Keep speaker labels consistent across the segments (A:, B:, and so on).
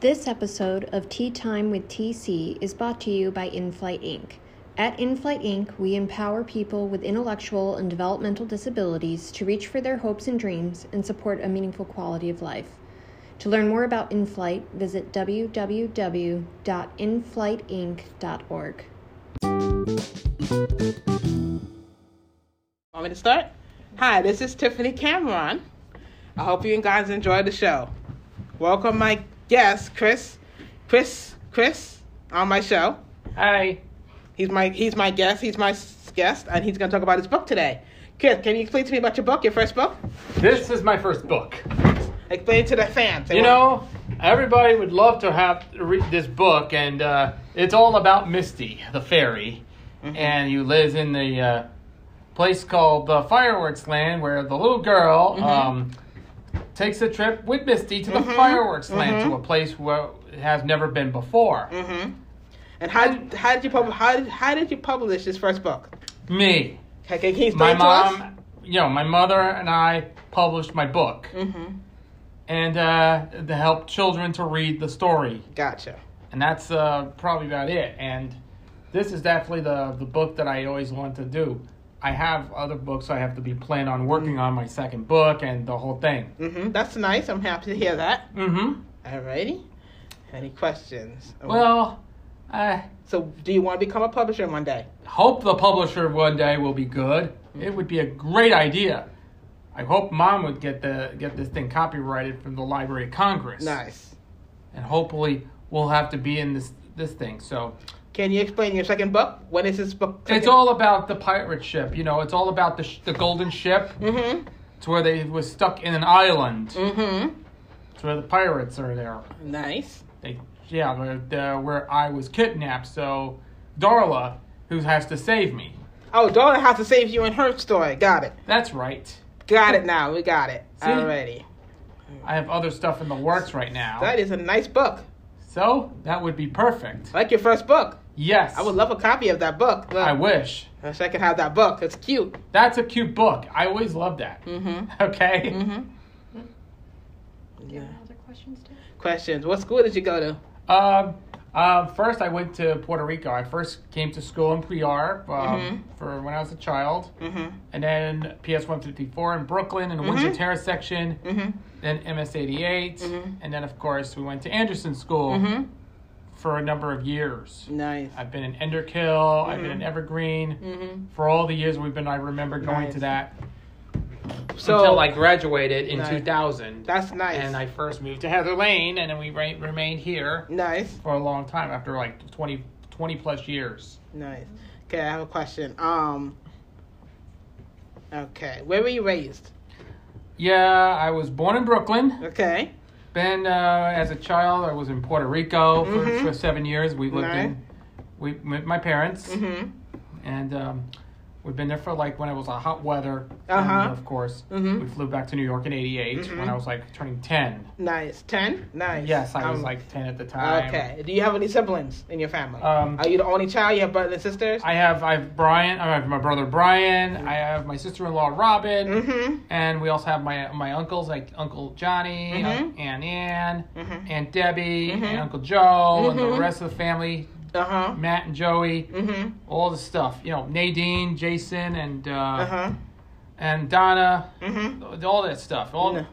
A: This episode of Tea Time with TC is brought to you by InFlight Inc. At InFlight Inc., we empower people with intellectual and developmental disabilities to reach for their hopes and dreams and support a meaningful quality of life. To learn more about InFlight, visit www.inflightinc.org.
B: Want me to start? Hi, this is Tiffany Cameron. I hope you guys enjoy the show. Welcome my guest, Chris. Chris, Chris, on my show.
C: Hi.
B: He's my he's my guest. He's my s- guest, and he's going to talk about his book today. Chris, can you explain to me about your book, your first book?
C: This is my first book.
B: Explain to the fans. They
C: You
B: want-
C: know, everybody would love to have to read this book, and uh, it's all about Misty, the fairy,
B: Mm-hmm.
C: and you live in the uh, place called the Fireworks Land, where the little girl
B: Mm-hmm.
C: um, takes a trip with Misty to the Fireworks
B: Mm-hmm.
C: Land, to a place where it has never been before.
B: And how did, how did you pub- how did, how did you publish this first book?
C: Me,
B: Okay, can you Mm-hmm. explain
C: my
B: to us?
C: mom, you know, my mother and I published my book,
B: Mm-hmm.
C: and uh, to help children to read the story.
B: Gotcha.
C: and that's uh, probably about it. And this is definitely the the book that I always want to do. I have other books I have to be planning on working on my second book and the whole thing.
B: hmm That's nice. I'm happy to hear that.
C: Mm-hmm.
B: Alrighty. Any questions? Oh.
C: Well, I
B: so do you want to become a publisher one day?
C: hope the publisher one day will be good. It would be a great idea. I hope mom would get the get this thing copyrighted from the Library of Congress.
B: Nice.
C: And hopefully we'll have to be in this this thing. So
B: Can you explain your second book? When is this book?
C: it's all about the pirate ship. You know, it's all about the sh- the golden ship.
B: Mm-hmm.
C: It's where they was stuck in an island.
B: Mm-hmm.
C: It's where the pirates are there.
B: Nice.
C: They, yeah, where, the, where I was kidnapped. So Darla, who has to save me.
B: Oh, Donna has to save you in her story. Got it.
C: That's right.
B: Got it now. We got it.
C: See?
B: Already.
C: I have other stuff in the works right now.
B: That is a nice book.
C: So that would be perfect.
B: I like your first book.
C: Yes.
B: I would love a copy of that book. Look,
C: I wish.
B: wish I could have that book. It's cute.
C: That's a cute book. I always love that.
B: Mm-hmm.
C: Okay.
B: Mm-hmm. Yeah.
A: Other questions, too?
B: Questions. What school did you go to?
C: Um, uh, first, I went to Puerto Rico. I first came to school in Prior um, for when I was a child,
B: Mm-hmm.
C: and then PS 154 in Brooklyn in the Windsor Terrace section.
B: Mm-hmm.
C: then MS 88,
B: Mhm.
C: and then, of course, we went to Anderson School
B: Mm-hmm.
C: for a number of years.
B: Nice.
C: I've been in Enderkill, I've been in Evergreen.
B: Mm-hmm.
C: For all the years we've been, I remember going
B: Nice.
C: to that
B: So
C: until I graduated in
B: Nice.
C: 2000.
B: that's nice.
C: and I first moved to Heather Lane, and then we re- remained here
B: nice.
C: for a long time after like 20, 20 plus years.
B: Nice. Okay, I have a question. Um. Okay, where were you raised?
C: Yeah, I was born in Brooklyn.
B: Okay.
C: Been uh, as a child, I was in Puerto Rico for,
B: Mhm.
C: for seven years. We lived
B: Nice.
C: in we with my parents.
B: Mhm.
C: and um, we've been there for like when it was a hot weather.
B: Uh-huh. Mm-hmm.
C: And of course,
B: Mhm.
C: we flew back to New York in '88 when I was like turning 10.
B: Nice. Ten. Nice.
C: Yes, I was
B: Um,
C: like 10 at the time.
B: Okay. Do you have any siblings in your family?
C: Um,
B: Are you the only child? You have brothers and sisters?
C: I have I have Brian. I have my brother Brian. I have my sister-in-law Robin,
B: Mhm.
C: and we also have my my uncles like Uncle Johnny,
B: Mhm.
C: Aunt Ann,
B: Mhm.
C: Aunt Debbie,
B: Mhm.
C: and Uncle Joe, and
B: Mhm.
C: the rest of the family.
B: Uh huh.
C: Matt and Joey,
B: Mhm.
C: all the stuff. You know, Nadine, Jason, and uh,
B: Uh huh.
C: and Donna,
B: Mhm.
C: all that stuff. All
B: No.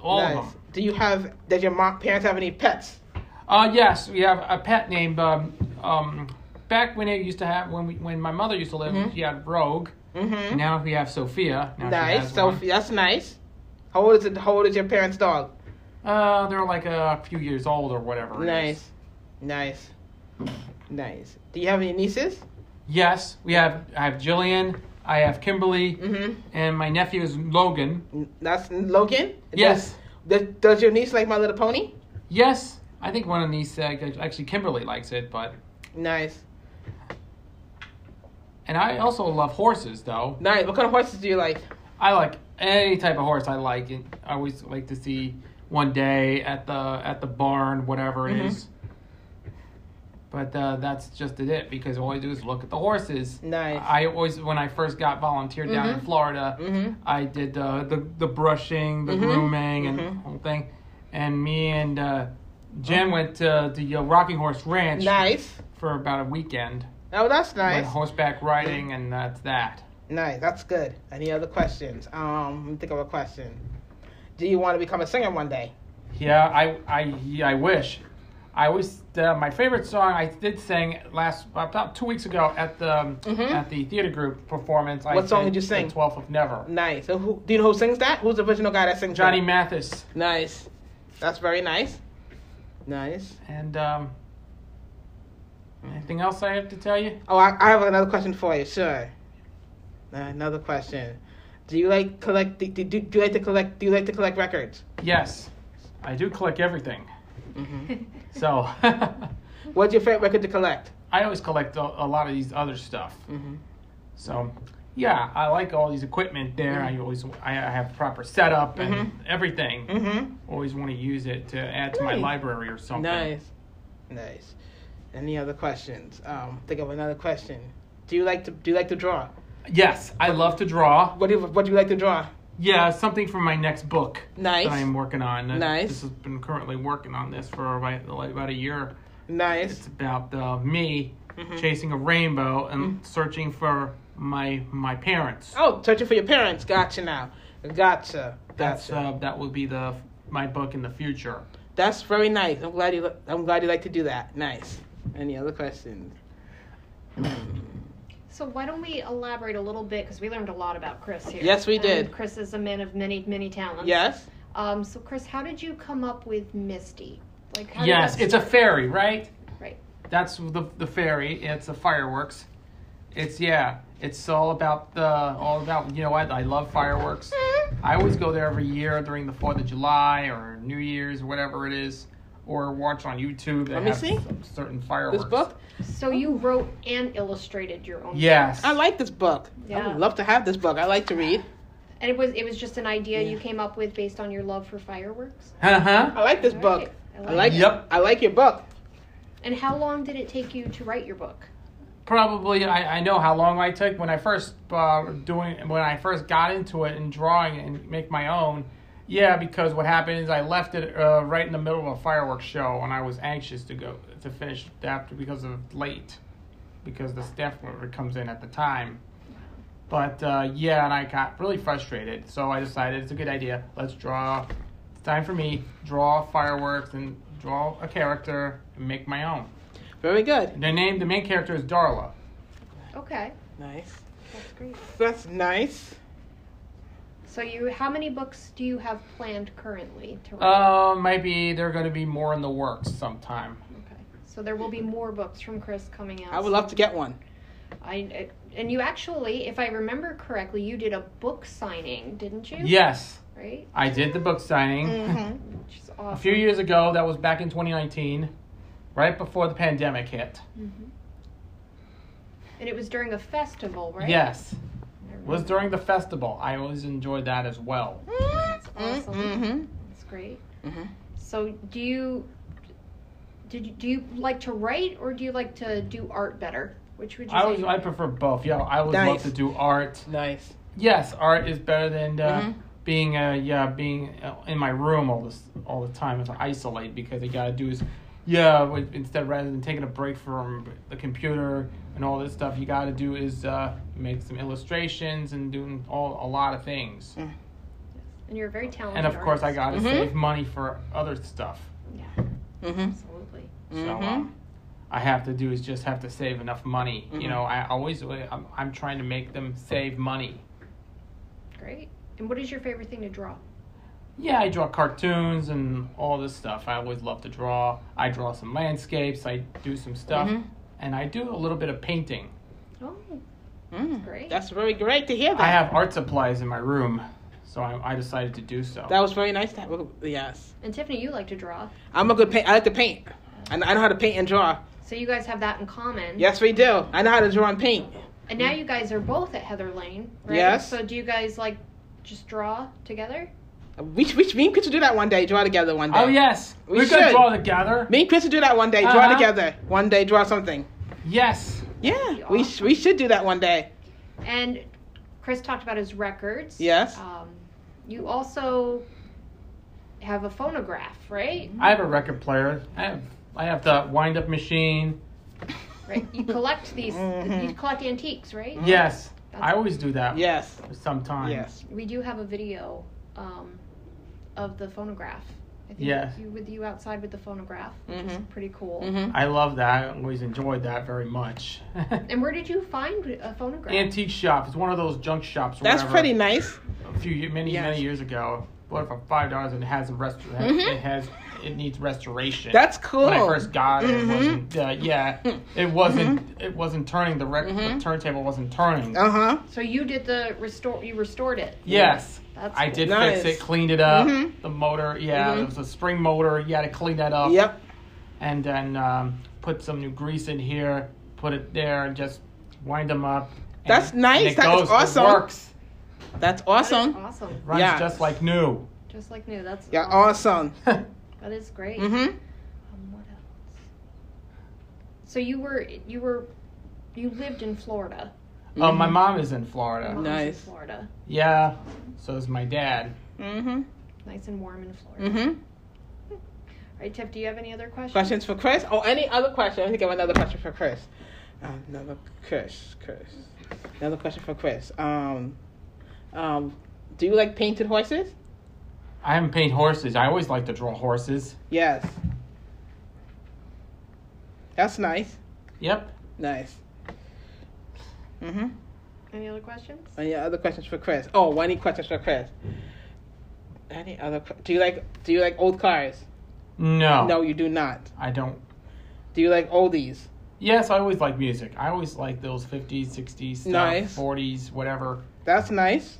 C: All of
B: nice.
C: them.
B: Do you have? Does your mom, parents have any pets?
C: Uh, yes, we have a pet named um, um, back when it used to have when we, when my mother used to live,
B: Mm-hmm.
C: she had Rogue.
B: Mhm.
C: Now we have Sophia. Now she
B: Nice.
C: has
B: So
C: one.
B: that's nice. How old is it? How old is your parents' dog?
C: Uh, they're like a few years old or whatever. it is.
B: Nice. Nice. Nice. Do you have any nieces?
C: Yes, we have. I have Jillian. I have Kimberly,
B: Mm-hmm.
C: and my nephew is Logan.
B: That's Logan?
C: Yes,
B: Does, does your niece like My Little Pony?
C: yes. I think one of these uh, actually Kimberly likes it, but
B: Nice.
C: and I also love horses though.
B: Nice. What kind of horses do you like?
C: I like any type of horse I like, and I always like to see one day at the at the barn, whatever it is.
B: Mhm.
C: But uh, that's just it because all I do is look at the horses.
B: Nice.
C: I always, when I first got volunteered down in
B: Mhm.
C: Florida,
B: Mm-hmm.
C: I did uh, the the brushing, the
B: Mhm.
C: grooming, and
B: Mhm.
C: whole thing. And me and uh, Jen went to the uh, Rocking Horse Ranch
B: Oh. Nice.
C: for about a weekend.
B: Oh, that's
C: Went
B: nice.
C: horseback riding, and that's that.
B: Nice. That's good. Any other questions? Um, let me think of a question. Do you want to become a singer one day?
C: Yeah, I I yeah, I wish. I always uh, my favorite song I did sing last about two weeks ago at the um, at the theater group performance. I
B: Mm-hmm. What song did you
C: sang
B: sing?
C: The Twelfth of Never.
B: Nice. So who, do you know who sings that? Who's the original guy that sings that?
C: Johnny Mathis
B: Nice. That's very nice. Nice.
C: and um, anything else I have to tell you?
B: Oh, I, I have another question for you. Sure. Uh, Another question. Do you like collect? Do, do, do you like to collect? Do you like to collect records?
C: Yes, I do collect everything.
B: Mm-hmm.
C: So
B: What's your favorite record to collect?
C: I always collect a, a lot of these other stuff.
B: Mm-hmm.
C: So yeah, I like all these equipment there. I always I I have proper setup and everything.
B: Mm-hmm.
C: always want to use it to add to my
B: Nice.
C: library or something.
B: Nice. Nice. Any other questions? Um, think of another question. Do you like to do you like to draw?
C: Yes, I love to draw.
B: What do you, what do you like to draw?
C: Yeah, something from my next book
B: Nice.
C: that I'm working on. Uh,
B: Nice.
C: This has been currently working on this for about, like, about a year. It's
B: Nice.
C: about uh, me
B: Mm-hmm.
C: chasing a rainbow and searching for my my parents.
B: Oh, searching for your parents. Gotcha now. Gotcha. Gotcha.
C: That's uh, that will be the my book in the future.
B: That's very nice. I'm glad you. I'm glad you like to do that. Nice. Any other questions?
D: So why don't we elaborate a little bit because we learned a lot about Chris here.
B: Yes, we
D: And
B: did.
D: Chris is a man of many, many talents.
B: Yes.
D: Um. So Chris, how did you come up with Misty? Like how
C: yes,
D: did
C: it's a fairy, right?
D: Right.
C: That's the the fairy. It's the fireworks. It's yeah. It's all about the all about you know what I love fireworks. I always go there every year during the Fourth of July or New Year's or whatever it is, or watch on YouTube. They
B: Let me
C: have
B: see.
C: some certain fireworks.
B: This book.
D: that? So you wrote and illustrated your own.
C: Yes.
B: I like this book. I
D: Yeah.
B: would love to have this book. I like to read.
D: And it was it was just an idea
B: Yeah.
D: you came up with based on your love for fireworks.
C: Uh huh.
B: I like this
D: All
B: book.
D: right.
B: I like.
D: it.
C: Yep.
B: I like your book.
D: And how long did it take you to write your book?
C: Probably I, I know how long I took when I first uh, doing when I first got into it and drawing it and make my own. Yeah, because what happened is I left it uh, right in the middle of a fireworks show, and I was anxious to go to finish after because of late, because the staff member comes in at the time. But uh, yeah, and I got really frustrated, so I decided it's a good idea. Let's draw. It's time for me draw fireworks and draw a character and make my own.
B: Very good.
C: The name, the main character is Darla.
D: Okay,
B: Nice.
D: that's great.
B: That's nice.
D: So you, how many books do you have planned currently to write?
C: Uh, maybe they're going to be more in the works sometime.
D: okay. So there will be more books from Chris coming out.
B: I would love to get one.
D: I and you actually, if I remember correctly, you did a book signing, didn't you?
C: Yes,
D: Right.
C: I did the book signing
B: Mm-hmm.
D: Mm-hmm.
C: Mm-hmm.
D: Which is
C: a
D: awesome.
C: few years ago. That was back in 2019, right before the pandemic hit.
D: Mm-hmm. And it was during a festival, right?
C: Yes,
D: I
C: it was during the festival. I always enjoyed that as well.
D: That's awesome.
B: Mm-hmm.
D: That's great.
B: Mhm.
D: So do you did you, do you like to write or do you like to do art better? Which would you
C: I
D: say?
C: always, I prefer both. Yeah, I always love
B: Nice.
C: to do art.
B: Nice.
C: Yes, art is better than uh,
B: Mhm.
C: being uh, yeah being uh, in my room all this all the time and to isolate because you gotta do is yeah with- instead rather than taking a break from the computer and all this stuff you gotta do is uh, make some illustrations and doing all a lot of things
D: and you're a very talented.
C: and of course I
D: artist.
C: gotta
B: Mhm.
C: save money for other stuff
B: Mm-hmm.
D: Absolutely.
C: so um, I have to do is just have to save enough money you
B: Mhm.
C: know I always I'm, I'm trying to make them save money
D: Great. And what is your favorite thing to draw?
C: Yeah, I draw cartoons and all this stuff. I always love to draw. I draw some landscapes. I do some stuff,
B: Mhm.
C: and I do a little bit of painting.
D: Oh,
B: Mm.
D: great.
B: That's very great to hear that.
C: I have art supplies in my room, so I, I decided to do so.
B: That was very nice. That yes.
D: and Tiffany, you like to draw,
B: I'm a good paint. I like to paint. I know, I know how to paint and draw.
D: so you guys have that in common.
B: Yes, we do. I know how to draw and paint.
D: And now you guys are both at Heather Lane, right?
B: Yes.
D: So do you guys like just draw together?
B: We, we, me and Chris will do that one day. Draw together one day.
C: oh yes,
B: We
C: are gonna
B: should.
C: draw together.
B: Me and Chris will do that one day. Draw
C: Uh-huh.
B: together. One day, draw something.
C: Yes,
B: Yeah,
D: be
B: we, sh-
D: awesome.
B: we should do that one day.
D: And Chris talked about his records.
B: Yes.
D: Um, you also Um, have a phonograph, right?
C: I have a record player. I have I have the wind up machine.
B: Mm-hmm.
D: Right. You collect these.
B: Mhm.
D: You collect antiques, right?
C: Yes,
D: That's-
C: I always do that
B: Yes.
C: sometimes.
B: Mm-hmm. Yes.
D: We do have a video um, of the phonograph. I think
C: Yes.
D: you with you outside with the phonograph, which is
B: Mhm.
D: pretty cool.
B: Mm-hmm.
C: I love that. I always enjoyed that very much.
D: And where did you find a phonograph?
C: Antique shop. It's one of those junk shops. or
B: That's
C: whatever.
B: pretty nice.
C: a few ye- many
B: Yes.
C: many years ago. Bought it for five dollars and it has a rest. it has-
B: Mhm.
C: It has it needs restoration.
B: That's cool. Mm-hmm.
C: when I first got it.
B: Mhm.
C: it wasn't, uh, yeah, it wasn't it wasn't turning. The, rec- the
B: Mhm.
C: turntable wasn't turning.
B: Uh huh.
D: so you did the restore. You restored it.
C: Yes,
D: That's
C: I
D: cool.
C: did
B: Nice.
C: fix it, cleaned it up.
B: Mhm.
C: The motor, yeah,
B: Mhm.
C: it was a spring motor. You had to clean that up.
B: Yep.
C: And then um, put some new grease in here, put it there, and just wind them up. and-
B: That's
C: and
B: nice.
C: it
B: That is
C: goes,
B: awesome.
C: It works.
B: That's
D: That is
B: awesome.
D: awesome.
C: It runs
B: Yeah.
C: just like new. Um,
D: Just like new. That's
B: Yeah,
D: awesome.
B: awesome.
D: That is great.
B: Mm-hmm.
D: Um, what else? So you were you were you lived in Florida.
C: Oh,
B: Mm-hmm.
C: my mom is in Florida.
D: Mom's in
B: Nice.
D: Florida.
C: Yeah. So is my dad.
B: Mm-hmm.
D: Nice and warm in Florida.
B: Mm-hmm.
D: All right, Tiff. Do you have any other questions?
B: Questions for Chris? Oh, any other question? I think I have another question for Chris. Another Chris, Chris. Another question for Chris. Um, um, do you like painted horses?
C: I haven't painted horses. I always like to draw horses.
B: Yes. That's nice.
C: Yep.
B: Nice. Mm-hmm.
D: Any other questions?
B: Any other questions for Chris? Oh, any questions for Chris? Any other? que- Do you like Do you like old cars?
C: No.
B: No, you do not.
C: I don't.
B: Do you like oldies?
C: Yes, I always like music. I always like those 50s, 60s, stuff,
B: Nice.
C: 40s, whatever.
B: That's nice.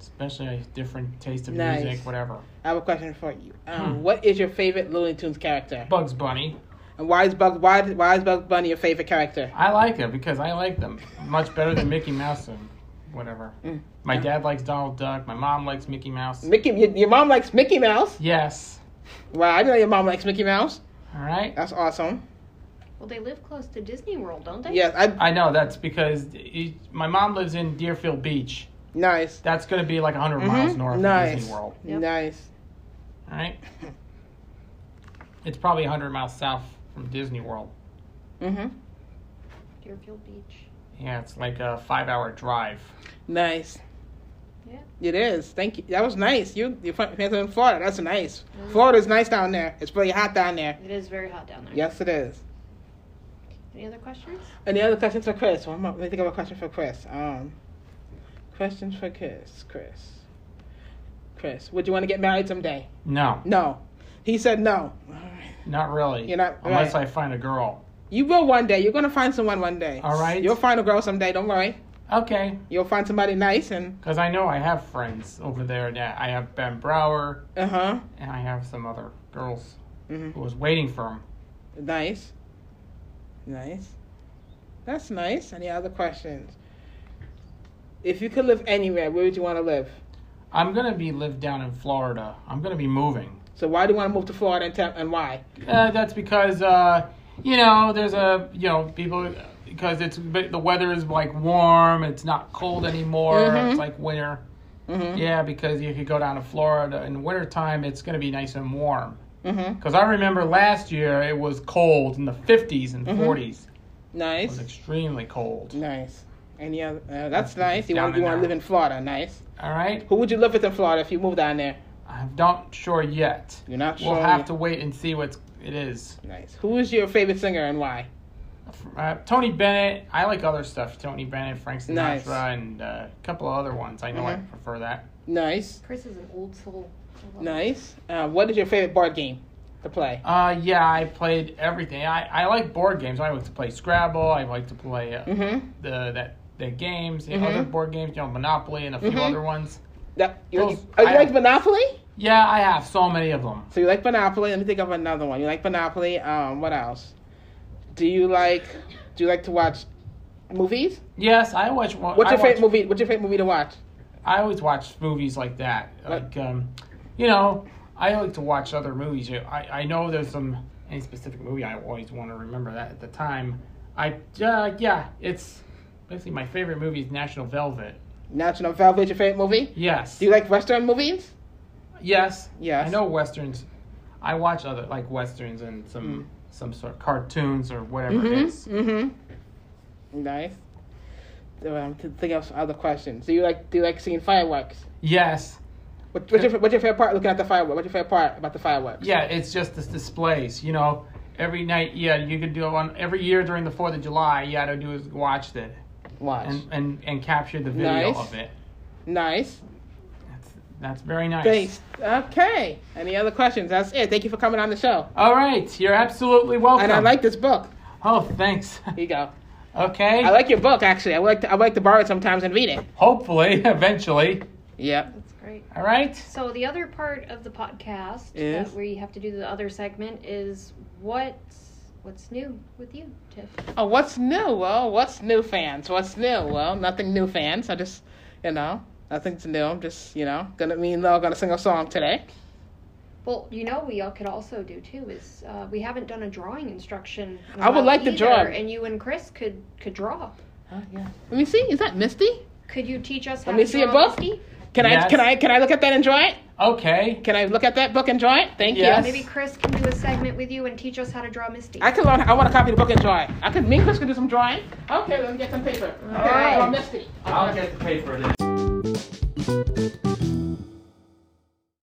C: Especially a different taste of
B: Nice.
C: music, whatever.
B: I have a question for you. Um,
C: Hmm.
B: What is your favorite Looney Tunes character?
C: Bugs Bunny.
B: And why is Bugs why why is Bugs Bunny your favorite character?
C: I like them because I like them much better than Mickey Mouse and whatever.
B: Mm.
C: My dad likes Donald Duck. My mom likes Mickey Mouse.
B: Mickey, your, your mom likes Mickey Mouse.
C: yes.
B: Wow, I didn't know your mom likes Mickey Mouse.
C: All right.
B: That's awesome.
D: Well, they live close to Disney World, don't they?
B: Yes, I
C: I know that's because it, my mom lives in Deerfield Beach.
B: nice,
C: That's going to be like 100 miles
B: Mhm.
C: north
B: Nice.
C: of Disney World.
D: Yep.
B: nice.
C: All right. It's probably 100 miles south from Disney World.
B: Mhm,
D: Deerfield Beach.
C: Yeah, it's like a five hour drive.
B: nice.
D: Yeah.
B: It is. Thank you. That was nice. You you from you're from Florida. That's nice. Florida's nice down there. It's pretty hot down there.
D: It is very hot down there.
B: Yes, it is.
D: Any other questions?
B: Any other questions for Chris? One more. Let me think of a question for Chris. Um, questions for Chris. Chris. Chris, would you want to get married someday?
C: No,
B: No. He said no. All right.
C: not really.
B: You're not-
C: Unless
B: right.
C: I find a girl.
B: You will one day. You're gonna find someone one day.
C: All right.
B: You'll find a girl someday. Don't worry.
C: Okay,
B: You'll find somebody nice and
C: because I know I have friends over there. That I have Ben Brower
B: uh huh.
C: and I have some other girls
B: hmm
C: who was waiting for him.
B: Nice. Nice. That's nice. Any other questions? If you could live anywhere, where would you want to live?
C: I'm gonna be live down in Florida. I'm gonna be moving.
B: So why do you want to move to Florida and, tell, and why?
C: Uh, that's because uh, you know there's a you know people because it's but the weather is like warm. It's not cold anymore.
B: Mhm.
C: It's like winter.
B: Mm-hmm.
C: Yeah, because you could go down to Florida in wintertime. It's gonna be nice and warm.
B: Mm-hmm.
C: Because I remember last year it was cold in the 50s and
B: Mm-hmm.
C: 40s. It was
B: Nice.
C: extremely cold.
B: Nice. Any other? Uh, that's nice. You
C: Down
B: want you
C: and
B: want to
C: out.
B: live in Florida? Nice.
C: All right?
B: Who would you live with in Florida if you moved down there?
C: I'm not sure yet.
B: You're not sure.
C: We'll have to wait and see what it is.
B: Nice. Who is your favorite singer and why?
C: Uh, Tony Bennett, I like other stuff. Tony Bennett, Frank Sinatra,
B: Nice.
C: and uh, a couple of other ones. I know I
B: Mhm.
C: prefer that.
B: Nice.
D: Chris is an old soul. I love it.
B: Nice. Uh, what is your favorite board game to play?
C: Uh, yeah, I played everything. I, I like board games. I like to play Scrabble. I like to play uh,
B: Mm-hmm.
C: the that the games, the
B: Mhm.
C: other board games, you know, Monopoly and a few
B: Mhm.
C: other ones.
B: That, you,
C: Those-
B: oh, you
C: I-
B: like Monopoly?
C: Yeah, I have so many of them.
B: So you like Monopoly? Let me think of another one. You like Monopoly? Um, what else? Do you like Do you like to watch movies?
C: Yes, I watch. What's
B: What's
C: I
B: your favorite
C: watch,
B: movie? What's your favorite movie to watch?
C: I always watch movies like that. Like, um, you know, I like to watch other movies. I, I know there's some any specific movie I always want to remember that at the time. I uh, yeah, it's basically my favorite movie is National Velvet.
B: National Velvet. Your favorite movie?
C: Yes,
B: Do you like Western movies?
C: Yes.
B: Yes.
C: I know westerns. I watch other like westerns and some some sort of cartoons or whatever it is.
B: Mm. Mm-hmm. Nice. So, um, to think of some other questions. Do you like do you like seeing fireworks?
C: Yes.
B: What, what's your what's your favorite part looking at the fireworks? What's your favorite part about the fireworks?
C: Yeah, it's just this displays, you know. Every night, yeah, you could do one every year during the Fourth of July. Yeah, I do is watch it
B: Watch.
C: and, and and capture the video
B: Nice.
C: of it.
B: nice.
C: That's that's very nice.
B: Thanks. Okay. Any other questions? That's it. Thank you for coming on the show.
C: All right, you're absolutely welcome.
B: And I like this book.
C: Oh, thanks.
B: Here you go.
C: okay.
B: I like your book actually. I like to, I like to borrow it sometimes and read it.
C: Hopefully, eventually.
B: Yep.
D: That's great.
C: All right.
D: So the other part of the podcast
B: Is?
D: that where you have to do the other segment is what's what's new with you, Tiff?
B: Oh, what's new? Well, what's new, fans? What's new? Well, nothing new, fans. I just, you know, nothing's new. I'm just, you know, gonna me and Lo gonna sing a song today.
D: Well, you know we all could also do too is uh, we haven't done a drawing instruction. in a
B: I would
D: while
B: like to
D: either,
B: draw.
D: and you and Chris could could draw.
B: Oh, yeah. Let me see. Is that Misty?
D: Could you teach us how
B: Let me
D: to
B: see a
D: draw
B: book.
D: Misty?
B: Can I
C: Yes.
B: can I can I look at that and draw it?
C: Okay.
B: Can I look at that book and draw it? Thank
C: Yes.
B: you.
D: Maybe Chris can do a segment with you and teach us how to draw Misty.
B: I can learn. I want to copy the book and draw it. I could. Me and Chris could do some drawing. Okay, let me get some paper. Okay,
D: right.
B: draw Misty.
C: I'll get the paper. Then.